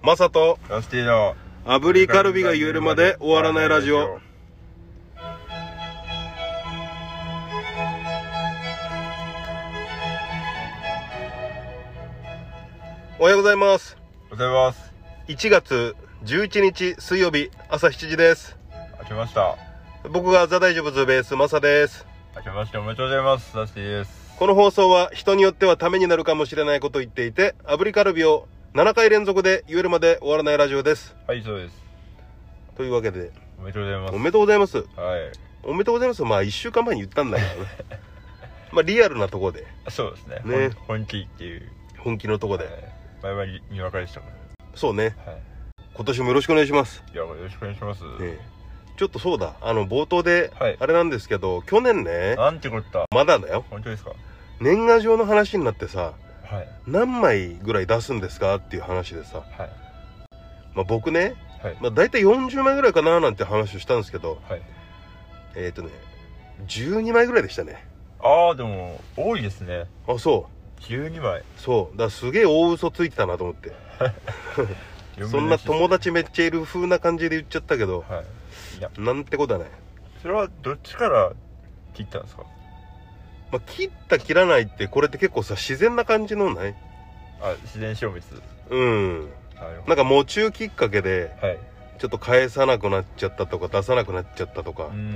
マサとそしてよ。炙りカルビが言えるまで終わらないラジオ。おはようございますおはようございます。 1月11日水曜日朝7時です明けました。僕がザ・大丈夫ズベースマサです明けましておめでとうございます。そしてです。この放送は人によってはためになるかもしれないことを言っていて炙りカルビを7回連続で言えるまで終わらないラジオですはい、そうです。というわけでおめでとうございまおめでとうございますす。はい。おめでとうございますまあ1週間前に言ったんだけどねまあリアルなとこでそうですね。ねほん本気っていう。本気のとこで、はい前々ににわかでしたかそうねら。はい。今年もよろしくお願いします、いや、よろしくお願いします。ええちょっとそうだあの冒頭ではいあれなんですけど、去年ねなんてこった。まだだよ本当ですか年賀状の話になってさはい。何枚ぐらい出すんですかっていう話でさ、はい。まあ、僕ね、はい。まあ、大体40枚ぐらいかななんて話をしたんですけどはい。えっ、とね12枚ぐらいでしたねああ、でも、多いですね。あそう12枚。そうだからすげえ大嘘ついてたなと思ってそんな友達めっちゃいる風な感じで言っちゃったけどはい。いや、なんてことはない、それはどっちから切ったんですかまあ、切った切らないってこれって結構さ自然な感じのないあ、自然消滅。うんなるほなんか喪中きっかけでど。はい。ちょっと返さなくなっちゃったとか出さなくなっちゃったとか、うーん。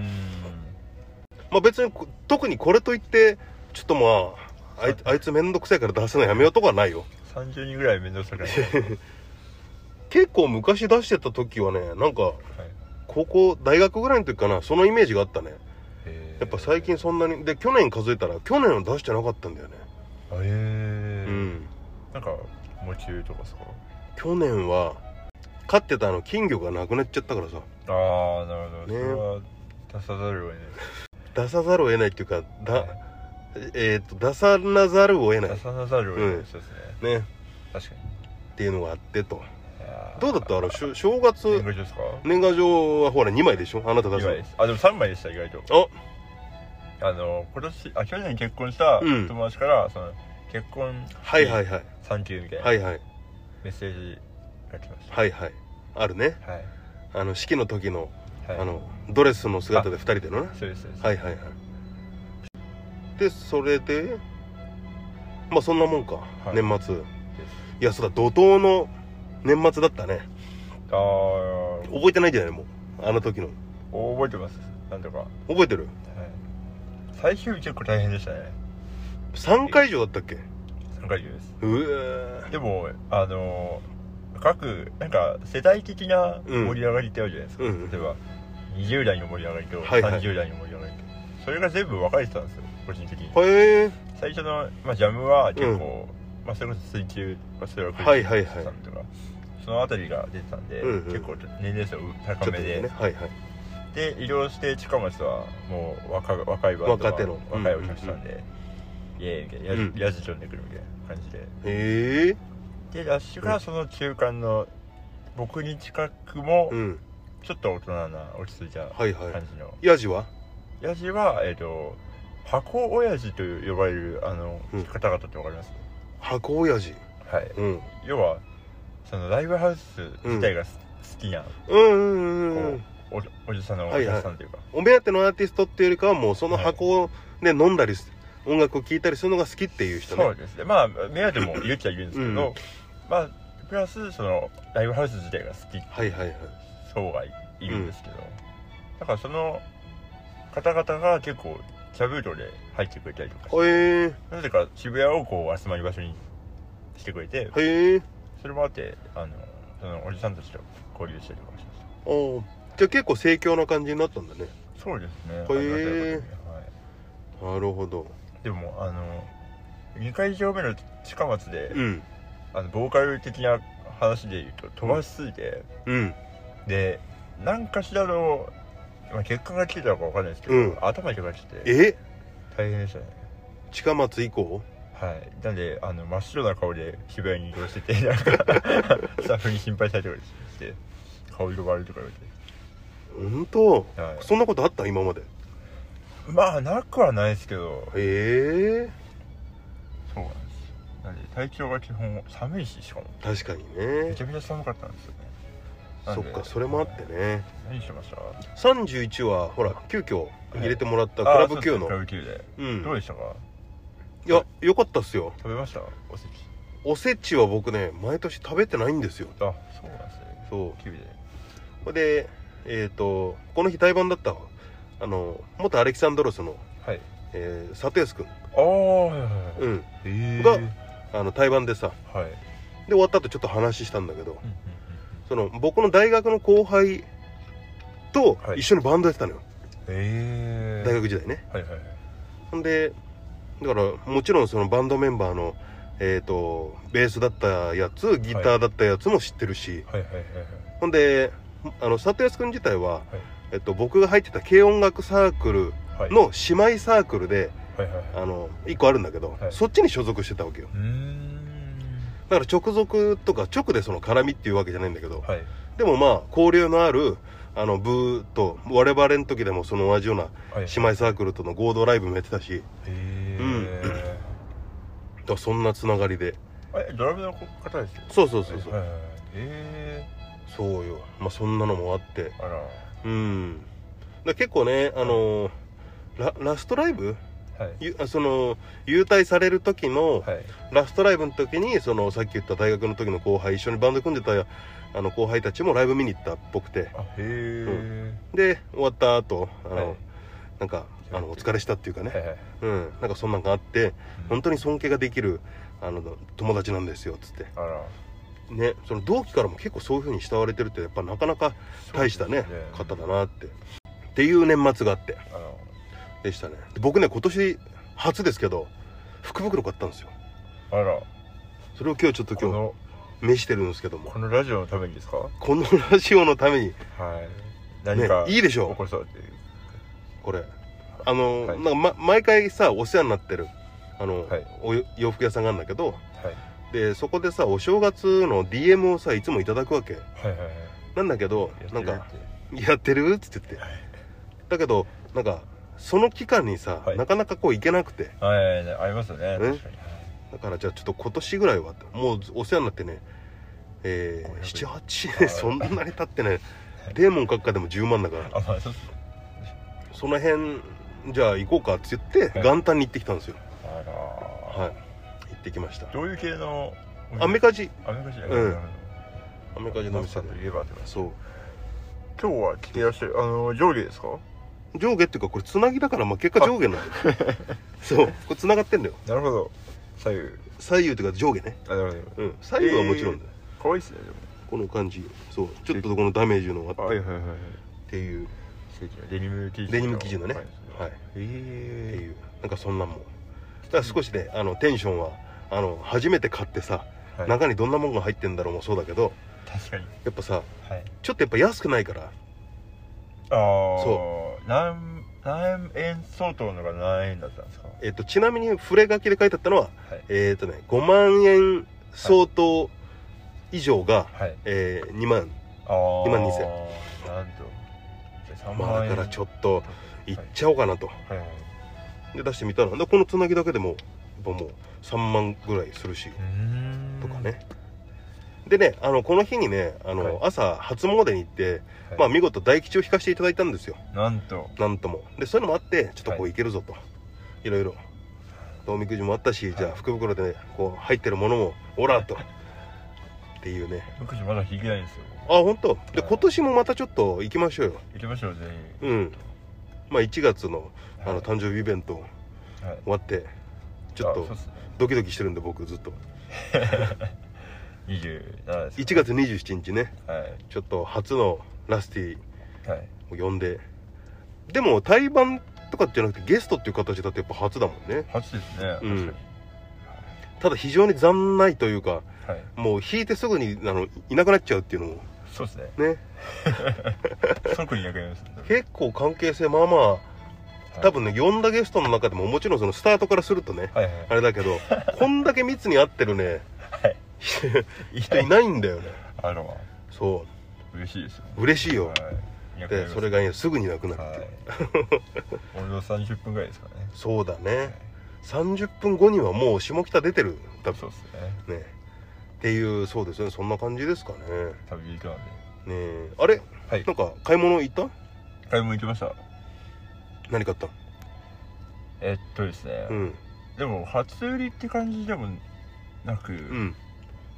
まあ別にこ特にこれといってちょっとまああいあいつめんどくさいから出すのやめようとかはないよ30人ぐらい面倒くさくな いですか結構昔出してた時はねなんかはい。高校大学ぐらいの時かなそのイメージがあったねへーやっぱ最近そんなにで去年数えたら去年は出してなかったんだよねあへえう。んなんか、夢中とかですか去年は飼ってたあの金魚がなくなっちゃったからさああ、なるほど。そねれは出さざるを得出さざるを得ないっていうかないだ。えー、と出さなざるを得ない出さなざるを得ないそうですね。ねっ確かに。ていうのがあってといやーどうだったあのしょ正年月賀状ですか年賀状はほら2枚でしょあなた出2す枚です。あ、でも3枚でした、意外と。のあの今年あ去年結婚したうん友達から、その結婚あはいはいはい産休みたいな、はいはいメッセージが来ましたはいはいあるねはいあの式の時のはいあのドレスの姿で2人でのねそうですそうです、はいはいはいでそれでまあそんなもんか、い年末いやそうだ怒涛の年末だったねああ覚えてないんじゃないもうあの時の覚えてますなんとか、はい、覚えてる最終日結構大変でしたね3回以上だったっけ3回中ですうえでもあの各なんか世代的なうん盛り上がりってあるじゃないですか、うんうん例えば20代の盛り上がりとはいはい30代の盛り上がりと、それが全部分かれてたんですよ個人的にへえ最初の、まあ、ジャムは結構、まあ、それこそ水球まあそれははいはいはいさんとかそのあたりが出てたんで、うんうん結構年齢層ち高ょっとめで、ねはいはいで医療して近松はもう若若いバンド若手の若いお客さんで、イエーイみたいなやじうんやじ飛んでくるみたいな感じでへえでラッシュがその中間の僕に近くもうんちょっと大人な落ち着いたは感いはいじの、ヤジはやじはえっ、と箱親父と呼ばれるあの、うん方々ってわかります箱親父はいうん要はそのライブハウス自体がす、好きなうんうんうんうこんうおじおじさんのおはいはい客さんというか、お目当てのアーティストっていうよりかはもうその箱で飲んだりす音楽を聴いたりするのが好きっていう人ねそうですねまあ目当ても言っちゃいるんですけど、うんまあプラスそのライブハウス自体が好きはいはいはいそうがいるんですけど、だからその方々が結構キャブートで入ってくれたりとかしてへえなぜか渋谷をこう集まり場所にしてくれてへえそれもあってあのそのおじさんたちと交流したりとかしましおじゃあ結構盛況な感じになったんだねたそうですねありがたいことにへえはいなるほどでもあの2回以上目の近松で、うんあのボーカル的な話で言うと飛ばしすぎて、うんで何かしらの、まあ、結果が来てたのか分かんないですけど、うん頭にかかっててえ大変でしたね近松以降はいなんであの真っ白な顔で渋谷に移動してて なんかスタッフに心配されたりとかして顔色悪いとか言わ本当れて、はそんなことあった今までい、まあなくはないですけどへえそうなんですなんで体調が基本寒いししかも確かにめねちゃめちゃ寒かったんですよねなんそでっかそれもあってね何してました31はほら急遽入れてもらったクあラブ級そのうですねクラブ級でうんどうでしたかいやよかったっすよ食べましたおせちおせちは僕ね毎年食べてないんですよあそうなんですねそ級でうほいでえっ、とこの日対バンだったあの元アレキサンドロスの、はいえー、サテウス君、ああはいはいはいうん、えがあの対バンでさはい、うんで終わった後ちょっと話したんだけどうんその僕の大学の後輩とはい一緒にバンドやってたのよ、うん、ええ大学時代ねはいはいはいほんでだからもちろんそのバンドメンバーのえー、とベースだったやつギターだったやつも知ってるし、はいはいはいはいほんであの里安くん自体は、いえっと、僕が入ってた軽音楽サークルはいの姉妹サークルではいはいはいあの1個あるんだけど、はいそっちに所属してたわけようーんだから直属とか直でその絡みっていうわけじゃないんだけど、はいでもまあ交流のあるあの部と我々の時でもその同じようなはい姉妹サークルとの合同ライブもやってたしええだからそんなつながりでえドラムの方ですよそうそうそうそう、はいはいはいえそうよまあそんなのもあってえあらうんだから結構ねあのララストライブはいゆあその優待される時のはいラストライブの時にそのさっき言った大学の時の後輩一緒にバンド組んでたあの後輩たちもライブ見に行ったっぽくてあへえで終わった後あの、はいなんかあのお疲れしたっていうかね、はいはいうん、なんかそんなんがあって本当当に尊敬ができるあの友達なんですよっつってあらねその同期からも結構そういう風に慕われてるってやっぱなかなか大したねそうです方だなってっていう年末があってあのでしたねで僕ね今年初ですけど福袋買ったんですよあらそれを今日ちょっとこ今の日召してるんですけどもこのラジオのためにですかはこのラジオのためにい何かねいいでしょう起こそうっていうこれあの、はいなんか、ま、毎回さお世話になってるあの、はいお洋服屋さんがあるんだけどはいでそこでさお正月の DM をさいつもいただくわけはいはいはいなんだけどやってなんるかって「やってる?」っつって言ってだけどなんかその期間にさ、はいなかなかこう行けなくてはいはいはいありますよね確かにだからじゃあちょっと今年ぐらいはってもうお世話になってねえー、 500 78年そんなに経ってないデーモン閣下でも10万だからあまあそうっすその辺じゃあ行こうかって言ってはい元旦に行ってきたんですよあらはい行ってきましたどういう系のアメカジアメカジうんアメカジのお店さんでといえばってますそう今日は着てらっしゃるあの上下ですか上下っていうかこれつなぎだからまあ結果上下なのそうこれつながってんだよなるほど左右左右っていうか上下ねあなるほどうん左右はもちろんだよ、可愛いっすねでもこの感じそうちょっとこのダメージのがあってはいはいはいはいっていう素敵なデニム生地デニム生地のねはいはいってえいうなんかそんなんもだから少しねあのテンションはあの初めて買ってさ、え中にどんなもんが入ってんだろうもそうだけど確かにやっぱさはいちょっとやっぱ安くないからああそ何何円相当のが何円だったんですかえっとちなみに触れ書きで書いてあったのははいえっ、とね5万円相当以上が、はいえー2万ああ今2000なんとじゃあ3まあ万だ円からちょっっといっちゃおうかなと、とはいはいで出してみたらでこのつなぎだけでもやっぱもう3万ぐらいするしうーんとかねでねあのこの日にねあの、はい朝初詣に行って、はいまあ見事大吉を引かせていただいたんですよなんとなんともでそういうのもあってちょっとこはういいけるぞと、い、ろいろおみくじもあったし、いじゃあ福袋でねこう入ってるものもおら とっていうね僕まだ引いてないんですよあ本当ではい今年もまたちょっと行きましょうよ行きましょう全員うんまあ1月のあのはい誕生日イベントはい終わってちょっあとそうっすねドキドキしてるんで僕ずっと27です1月27日ねはいちょっと初のラステはいィを呼んででも対バンとかじゃなくてゲストっていう形だとやっぱ初だもんね初ですね確かうにんただ非常に残ないというかはいもう引いてすぐにあのいなくなっちゃうっていうのもそうですねね即に役にます結構関係性まあまあ多分ね呼んだゲストの中でももちろんそのスタートからするとねはいはいあれだけ どこんだけ密に合ってるね 人いないんだよねあらまあそ嬉しいですよう嬉しいよはいでそれがねすぐになくなるっていうはい俺の30分ぐらいですかねそうだね30分後にはもう下北出てる 多そう分っすねねっていうそうですねそんな感じですかね旅行くなんでねえあれはいなんか買い物行った買い物行きました何買ったえっとですね、うんでも初売りって感じでもなく、うん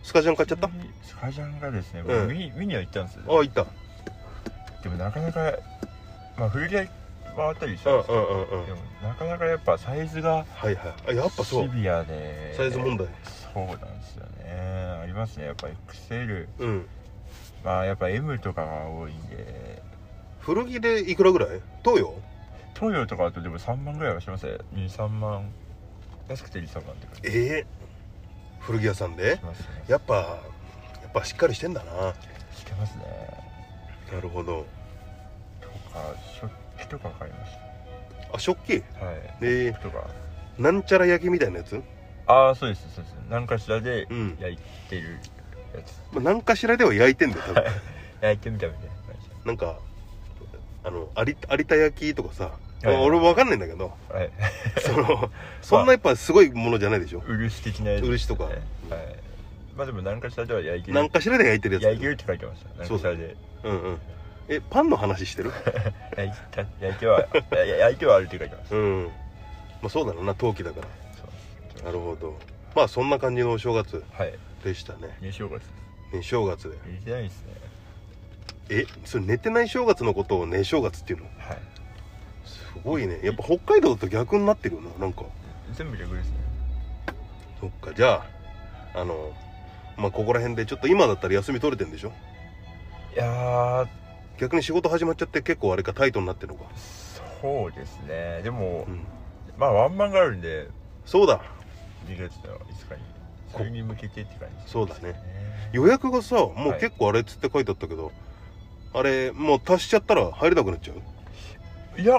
スカジャン買っちゃったあスカジャンがですね、うん見に見には行ったんですよ行ったでもなかなかまあ振り切れ回ったりしたうんんうですけんうんうんどでもなかなかやっぱサイズがはいはいあやっぱそシうビアでサイズ問題そうなんですよねありますねやっぱ XL うんまあやっぱ M とかが多いんで古着でいくらぐらい東洋東洋とかだとでも3万ぐらいはしますね23万安くて23万って感じええ古着屋さんでしますねやっぱやっぱしっかりしてんだなしてますねなるほどとか食器とか買いましあ食器たはいええとかなんちゃら焼きみたいなやつ、ああそうですそうです何かしらでうん焼いてるやつ、まあ、何かしらでは焼いてんだよ多分焼いてみたみたいな感じなんかあの有田有田焼きとかさ、いはいまあ俺分かんないんだけ どはい、そのそんなやっぱすごいものじゃないでしょ漆的なやつ、漆とかはいまあでも何かしらでは焼いてる何かしらで焼いてるやつ焼いてるって書いてました何そかうしらでうんうんえパンの話してる 焼いた焼いては やや焼いてはあるって書いてましうんまあそうだろうな陶器だからたそうなるほどまあそんな感じのお正月はいでしたね入正月ですね正月で入れてないですねえそれ寝てない正月のことをね正月っていうのはいすごいねやっぱ北海道と逆になってるよななんか全部逆ですねそっかじゃああのまあここら辺でちょっと今だったら休み取れてんでしょいやー逆に仕事始まっちゃって結構あれかタイトになってるのかそうですねでも、うんまあワンマンがあるんでそうだ2月の5日にそれに向けてって感じですそうだねね予約がさもうはい結構あれっつって書いてあったけど、あれもう足しちゃったら入れなくなっちゃういや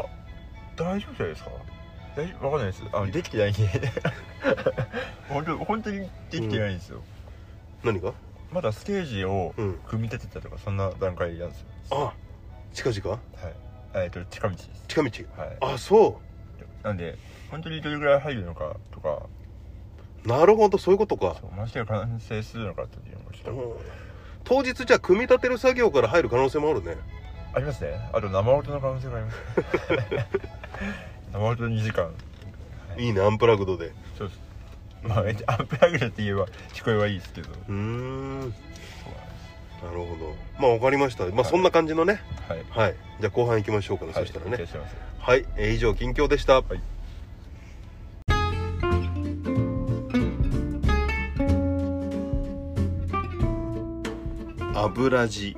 大丈夫じゃないですか大丈夫わかんないですあのできてな いんで本当本当にできてないんですよ、何がまだステージをうん組み立てたとかそんな段階なんですよあ近々はいえっ、と近道です近道はいあそなんで本当にどれぐらい入るのかとかうなるほどそういうことかそうマジで完成するのかっていうのがちょっとうん当日じゃあ組み立てる作業から入る可能性もあるねありますねあと生音の可能性があ ります生音2時間いいねアンプラグドでそうですまあえアンプラグドって言えば聞こえはいいですけどそううーんななんでするほどまあわかりましたまあはいそんな感じのねはい、はいじゃあ後半行きましょうかね、はいそしたらお願ねいしますはい、えー以上近況でした、い油地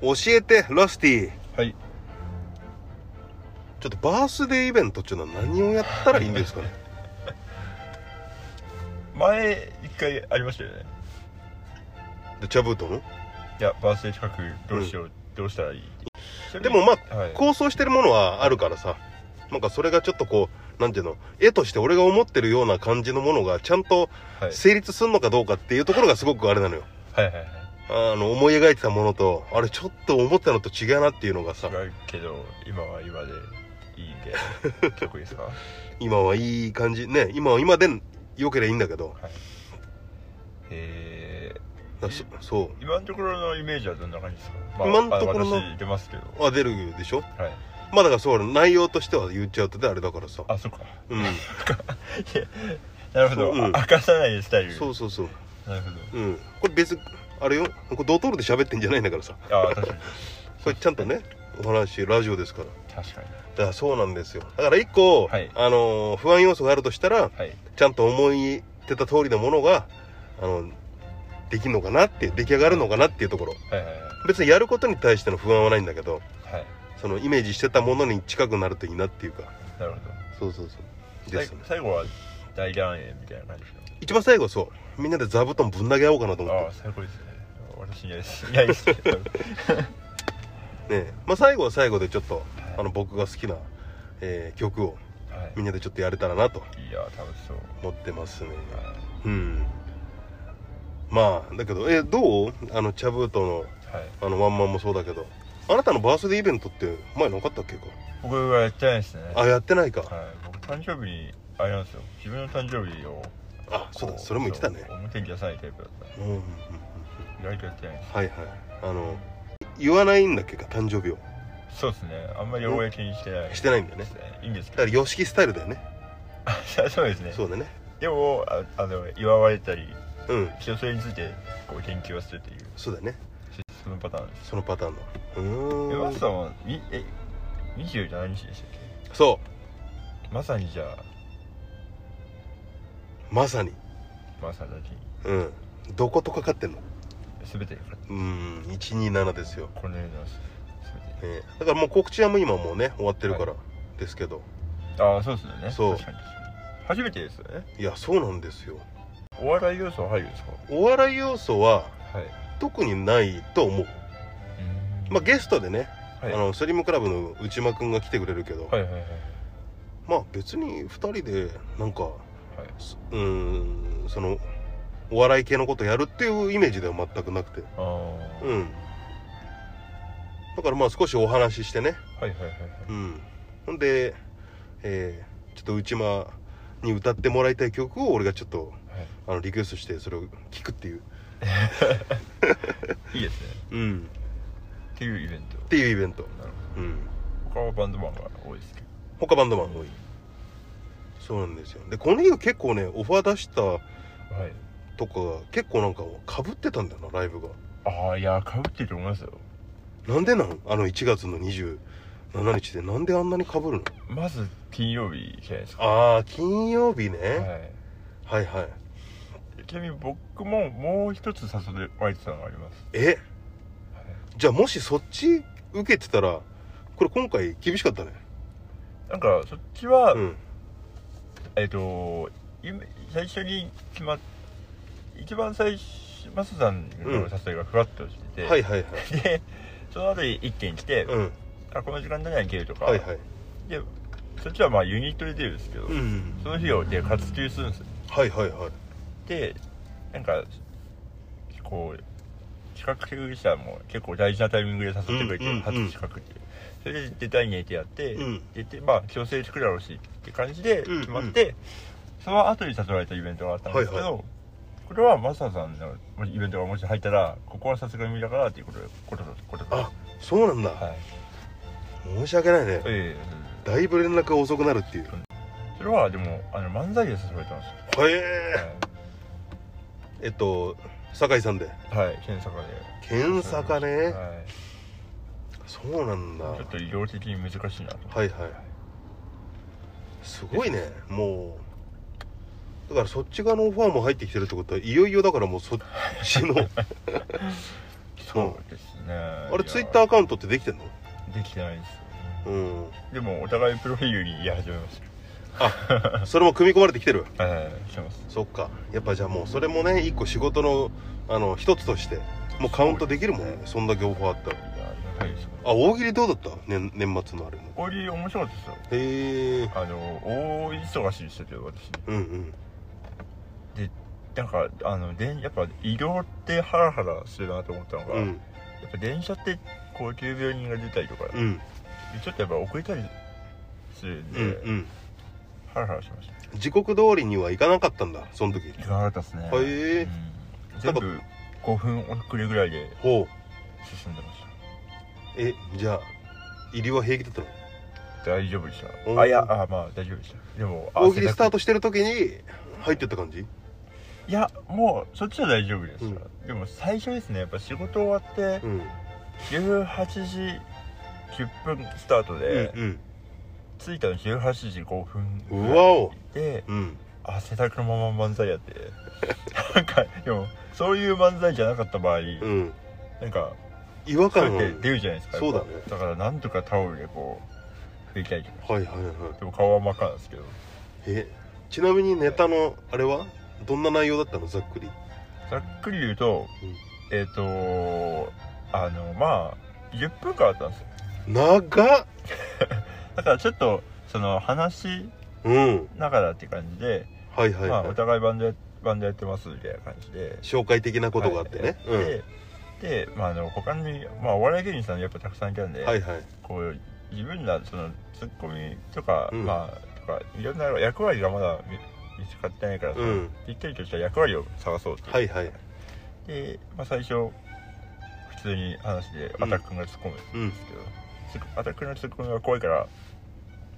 教えてラスティはいちょっとバースデーイベントっていうのは何をやったらいいんですかね前一回ありましたよねで茶封筒のいやバースデー近くどうしよう、どうしたらいいでもまあ、はい、構想してるものはあるからさなんかそれがちょっとこうなんていうの絵として俺が思ってるような感じのものがちゃんとはい、成立するのかどうかっていうところがすごくあれなのよはいはいはいあの思い描いてたものとあれちょっと思ったのと違うなっていうのがさ違うけど今は今でいいんで 曲ですかは今はいい感じね今は今で良ければいいんだけどいえだそそー、今のところのイメージはどんな感じですか、今のところのあ私出ますけどうあ出るでしょはいまあだからそう内容としては言っちゃうとねあれだからさあそっかうん なるほど、そううんあ明かさないスタイルそうそうそうなるほうんこれ別にあれよこれドトールで喋ってんじゃないんだからさどあー確かにこれちゃんとねお話ラジオですから確かにだからそうなんですよだから一個、はいあのー不安要素があるとしたらはいちゃんと思いてた通りのものがあのできるのかなっていう出来上がるのかなっていうところはいはいはい別にやることに対しての不安はないんだけどはいそのイメージしてたものに近くなるといいなっていうかなるほそうそうそうどでさいすね最後は大団円みたいな感じですか一番最後そうみんなで座布団ぶん投げ合おうかなと思あっあ最高ですね私にはしないですけどてねえまあ最後は最後でちょっとはいあの僕が好きな、えー曲をはいみんなでちょっとやれたらなといや楽しそう思ってますねはうんまあだけどえどうあの茶封筒のい、はい、あのワンマンもそうだけどあなたのバースデーイベントって前なかったっけか僕はやってないですねはあやってないかい僕誕生日にあれなんですよ自分の誕生日をあそうだそれも言ってたねそう表に出さないタイプだったうんうんうんうん意外とやってないではいはいあの言わないんだっけか誕生日をすそうですねあんまり公にしてないしてないんだよねですねいいんですだけかどら YOSHIKI スタイルだよねあそうですねそうだねでもああの祝われたりうん人それについてこう研究をするというそうだねそのパターンですそのパターンのうえーマんスさんはみえ27日でしたっそけまさにじゃあうまさにマスさんたちうんどことかかってんの全てがうーん127ですよ、この世の全ね、だからもう告知はもう今もうね終わってるからですけど、てああそうですよねそう確かに初めてですよねい、やそうなんですよお笑い要素は入るんですかお笑い要素ははい特にないと思う、まあ、ゲストでね、はいあのスリムクラブの内間君が来てくれるけど、はいはいはいはいまあ別に2人でなんかすうーんそのお笑い系のことやるっていうイメージでは全くなくてああうんだからまあ少しお話ししてねはいはいはいはいうんほんで、えーちょっと内間に歌ってもらいたい曲を俺がちょっとあのリクエストしてそれを聞くっていう、いいですねうん、っていうイベントっていうイベント、なるうん、ほど他はバンドマンが多いですけど他バンドマン多いそうなんですよでこの日が結構ねオファー出したはいとかが結構なんかかぶってたんだよなライブがああいやかぶってると思いますよなんでなんあの1月の27日でなんであんなにかぶるのまず金曜日じゃないですかああ金曜日はね、いはい、はいちなみに僕ももう一つ誘われてたのがあります、えじゃあもしそっち受けてたらこれ今回厳しかったねなんかそっちは、うんえっ、と今最初に決まっ一番最初マスさんの誘いがふわっとしてて、はいはいはいでその後に一件来て、うんあこの時間何に行けるとか、はいはいでそっちはまあユニットで出るんですけど、うんその日をで活休するんですよはいはいはいでなんかこう企画経営者も結構大事なタイミングで誘ってくれて、うんうんうん初企画っていうそれで出たいねってやって、うん出てまあ強制作るだろうしって感じでうん決まって、その後に誘われたイベントがあったんですけど、はいはこれはマサさんのもしイベントがもし入ったらここはさすがに無理だからっていうことでことだことだあそうなんだ、はい申し訳ないねええだいぶ連絡が遅くなるっていうそれはでもあの漫才で誘われたんですへええっと酒井さんでよはい、はい、検査で検査かねはいそうなんだちょっと医療的に難しいなとはいはいすごいねもうだからそっち側のオファーも入ってきてるってことはいよいよだからもうそっちの そうですねああれツイッターアカウントってできてんのできてないですうんでもお互いプロフィールにやり始めましそれも組み込まれてきてるたはいしてますそっかやっぱじゃあもうそれもね一個仕事のあの一つとしてもうカウントできるもんねそんだけオファーあったらいやありがたいですよあ大喜利どうだった、年年末のあれのこれ面白かったですよへえあの大忙しでしたけど私うんうんなんかあのでんやっぱ医療ってハラハラするなと思ったのが、うやんっぱ電車ってこう急病人が出たりとか、うでんちょっとやっぱ遅れたりするんで、うんうんハラハラしました時刻通りには行かなかったんだその時いかがだったですねへえうん全部5分遅れぐらいでほう進んでましたえじゃあ入りは平気だったの大丈夫でしおーたあいやあまあ大丈夫でしたでも大喜利スタートトしてる時に入ってった感じいやもうそっちは大丈夫でした、うんでも最初ですねやっぱ仕事終わってうん18時10分スタートうで、ん着いたの18時5分うんうわおでうん汗だくのまま漫才やってなんかでもそういう漫才じゃなかった場合、うんなんか違和そう感やがって出るじゃないですかそうだねやっぱだからなんとかタオルでこう拭いたりとかはいはいはいでも顔は真っ赤なんですけどえちなみにネタのあれはどんな内容だったのざっくりざっくり言うと、うんえっ、とあのまあ10分間あったんですよ長っだからちょっとその話うんだからって感じで、はいはいまあ、はおい互いバンドやバンドやってますみたいな感じで紹介的なことがあってね、はいでで、まあ、あの他に、まあ、お笑い芸人さんやっぱたくさんいたんで、うんはいはいこう自分らそのツッコミとか、うんまあとかいろんな役割がまだ見見つかってないから、そのうんぴったりとした役割を探そうっていうはいはいで、まあ、最初普通に話でうんアタック君が突っ込むんでうんすけど、ツッコアタック君のツッコミが怖いから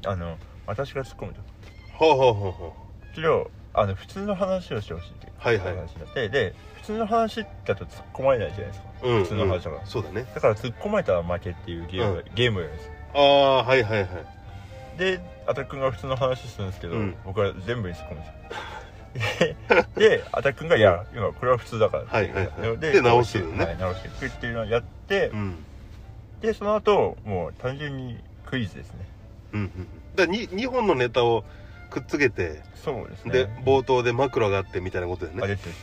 あの私が突っ込むとほうほうほうほそれをあの普通の話をしてほしいっていうはいはい話になってで普通の話だと突っ込まれないじゃないですかう、うん、普通の話だからうんそうだねだから突っ込まれたら負けっていうゲーム,、うゲームなんですああはいはいはいでアタック君が普通の話するんですけど、うん僕は全部に突っ込むんですよ ででアタック君が「いや今これは普通だから」はいはいはいでで直すのねはい直していくっていうのをやって、うんでその後もう単純にクイズですねうんうんだからに2本のネタをくっつけてそうですねで冒頭で枕があってみたいなことだよあね出てる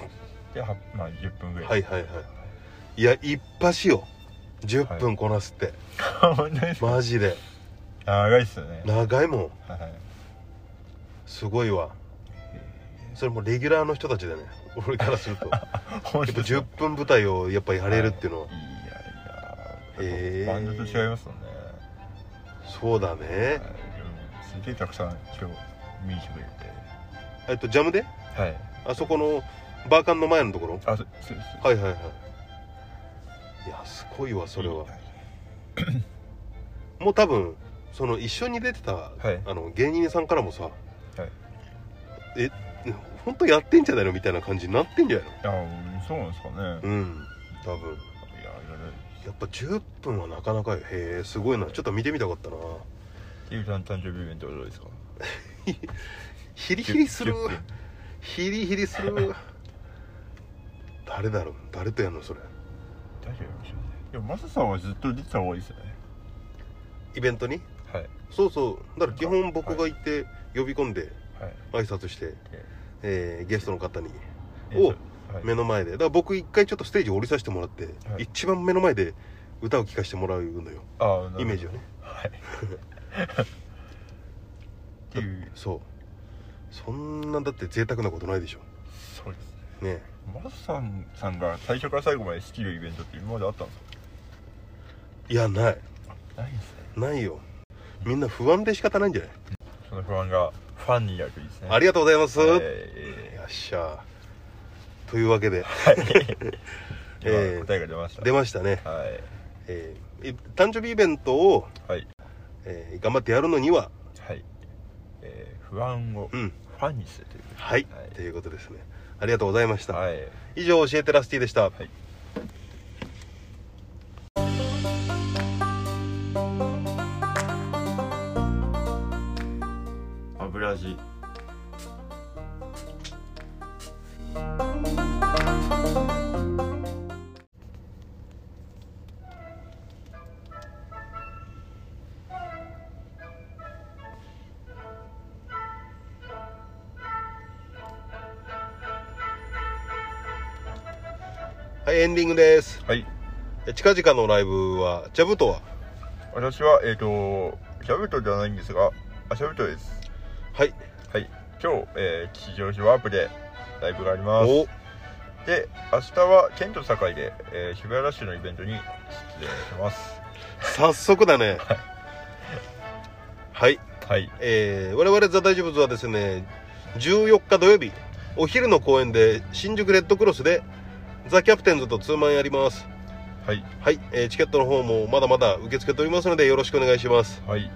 で、はまあ、10分ぐらいはい はいはいや一発よ10分こなすって、はいマジで長いっすよね長いもんはいはいすごいわそれもレギュラーの人たちだね俺からする とや本っぱ当10分舞台をやっぱやれるっていうのは、いやいや、へーバンドと違いますもんね、そうだねはいうんすげえたくさん今日見に来てくれてえっとジャムではいあそこのバーカンの前のところあそうそうですはいはいはいいやすごいわそれはもう多分その一緒に出てた、いあの芸人さんからもさ、え本当やってんじゃないのみたいな感じになってんじゃないいやうんそうなんですかね、のうん多分いやいろいろやっぱ10分はなかなかよへえすごいなちょっと見てみたかったなキウさん誕生日イベントはどうですかヒリヒリする10分ヒリヒリする誰だろう誰とやんのそれ大丈夫でしょうねでもマサさんはずっと出てた方がいいですよねイベントにはいそうそうだから基本僕が行って呼び込んではい挨拶して、えーゲストの方にえおそうはい目の前でだから僕一回ちょっとステージ降りさせてもらって、はい一番目の前で歌を聴かせてもらうのよあなるほどイメージをねはいっていうそうそんなだって贅沢なことないでしょそうですねねマサさんさんが最初から最後まで仕切るイベントって今まであったんですえいやないかないですねないよみんな不安で仕方ないんじゃない、その不安がファンになるといいですねありがとうございます、はいよっしゃというわけでええーー、今答えが出ました出ましたね、はいえーい誕生日イベントを、はいえー頑張ってやるのにははい、えー、不安をうフんァンにするというはい、はいということですねありがとうございました、はい以上教えてラスティでした、はい油味はいエンディングですはいえ近々のライブはジャブとは私はえっ、とシャブトではないんですがあシャブトですはいはい今日、えー、吉祥寺ワープでライブがありますおで明日は県と堺で、えー、渋谷ラッシュのイベントに出演します早速だねはい、はいえー我々ザ・大丈夫ズはですね14日土曜日お昼の公演で新宿レッドクロスでザ・キャプテンズとツーマンやりますはいはい、えーチケットの方もまだまだ受け付けておりますのでよろしくお願いしますはい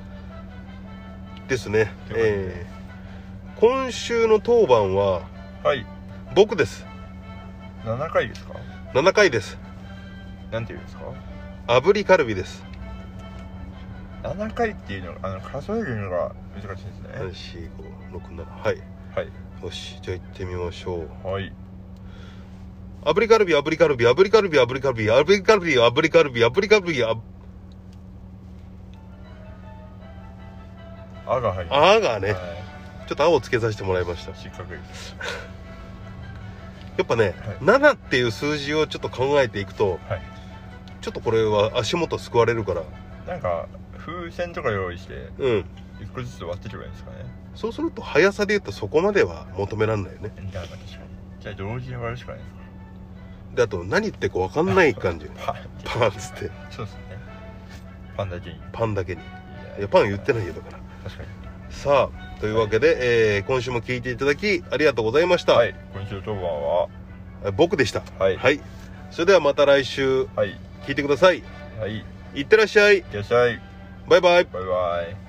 ですね了解えー今週の当番ははい僕です7回ですか7回ですなんていうんですか炙りカルビです7回っていうのがあの数えるのが難しいですね456はいはいよしじゃあ行ってみましょうはい炙りカルビ炙りカルビ炙りカルビ炙りカルビ炙りカルビ炙りカルビ炙りカルビあ「あ」が入りまあーがすねはちょっと青をつけさせてもらいましたい、や失格ですっぱね、はい7っていう数字をちょっと考えていくとはいちょっとこれは足元すくわれるからなんか風船とか用意してうん一個ずつ割っていけばいいんですかねそうすると速さで言うとそこまでは求めらんないよねだから確かにじゃあ同時に割るしかないですであと何言ってか分かんない 感じかパンパンってっつってそうですねパンだけにいパンだけにいややパン言ってないよだから確かにさあというわけで、えー今週も聞いていただきありがとうございました、はい今週の当番はえ僕でしたはいはいそれではまた来週はい聞いてくださいはいいいってらっしゃいらっしゃいバイバイバイバイ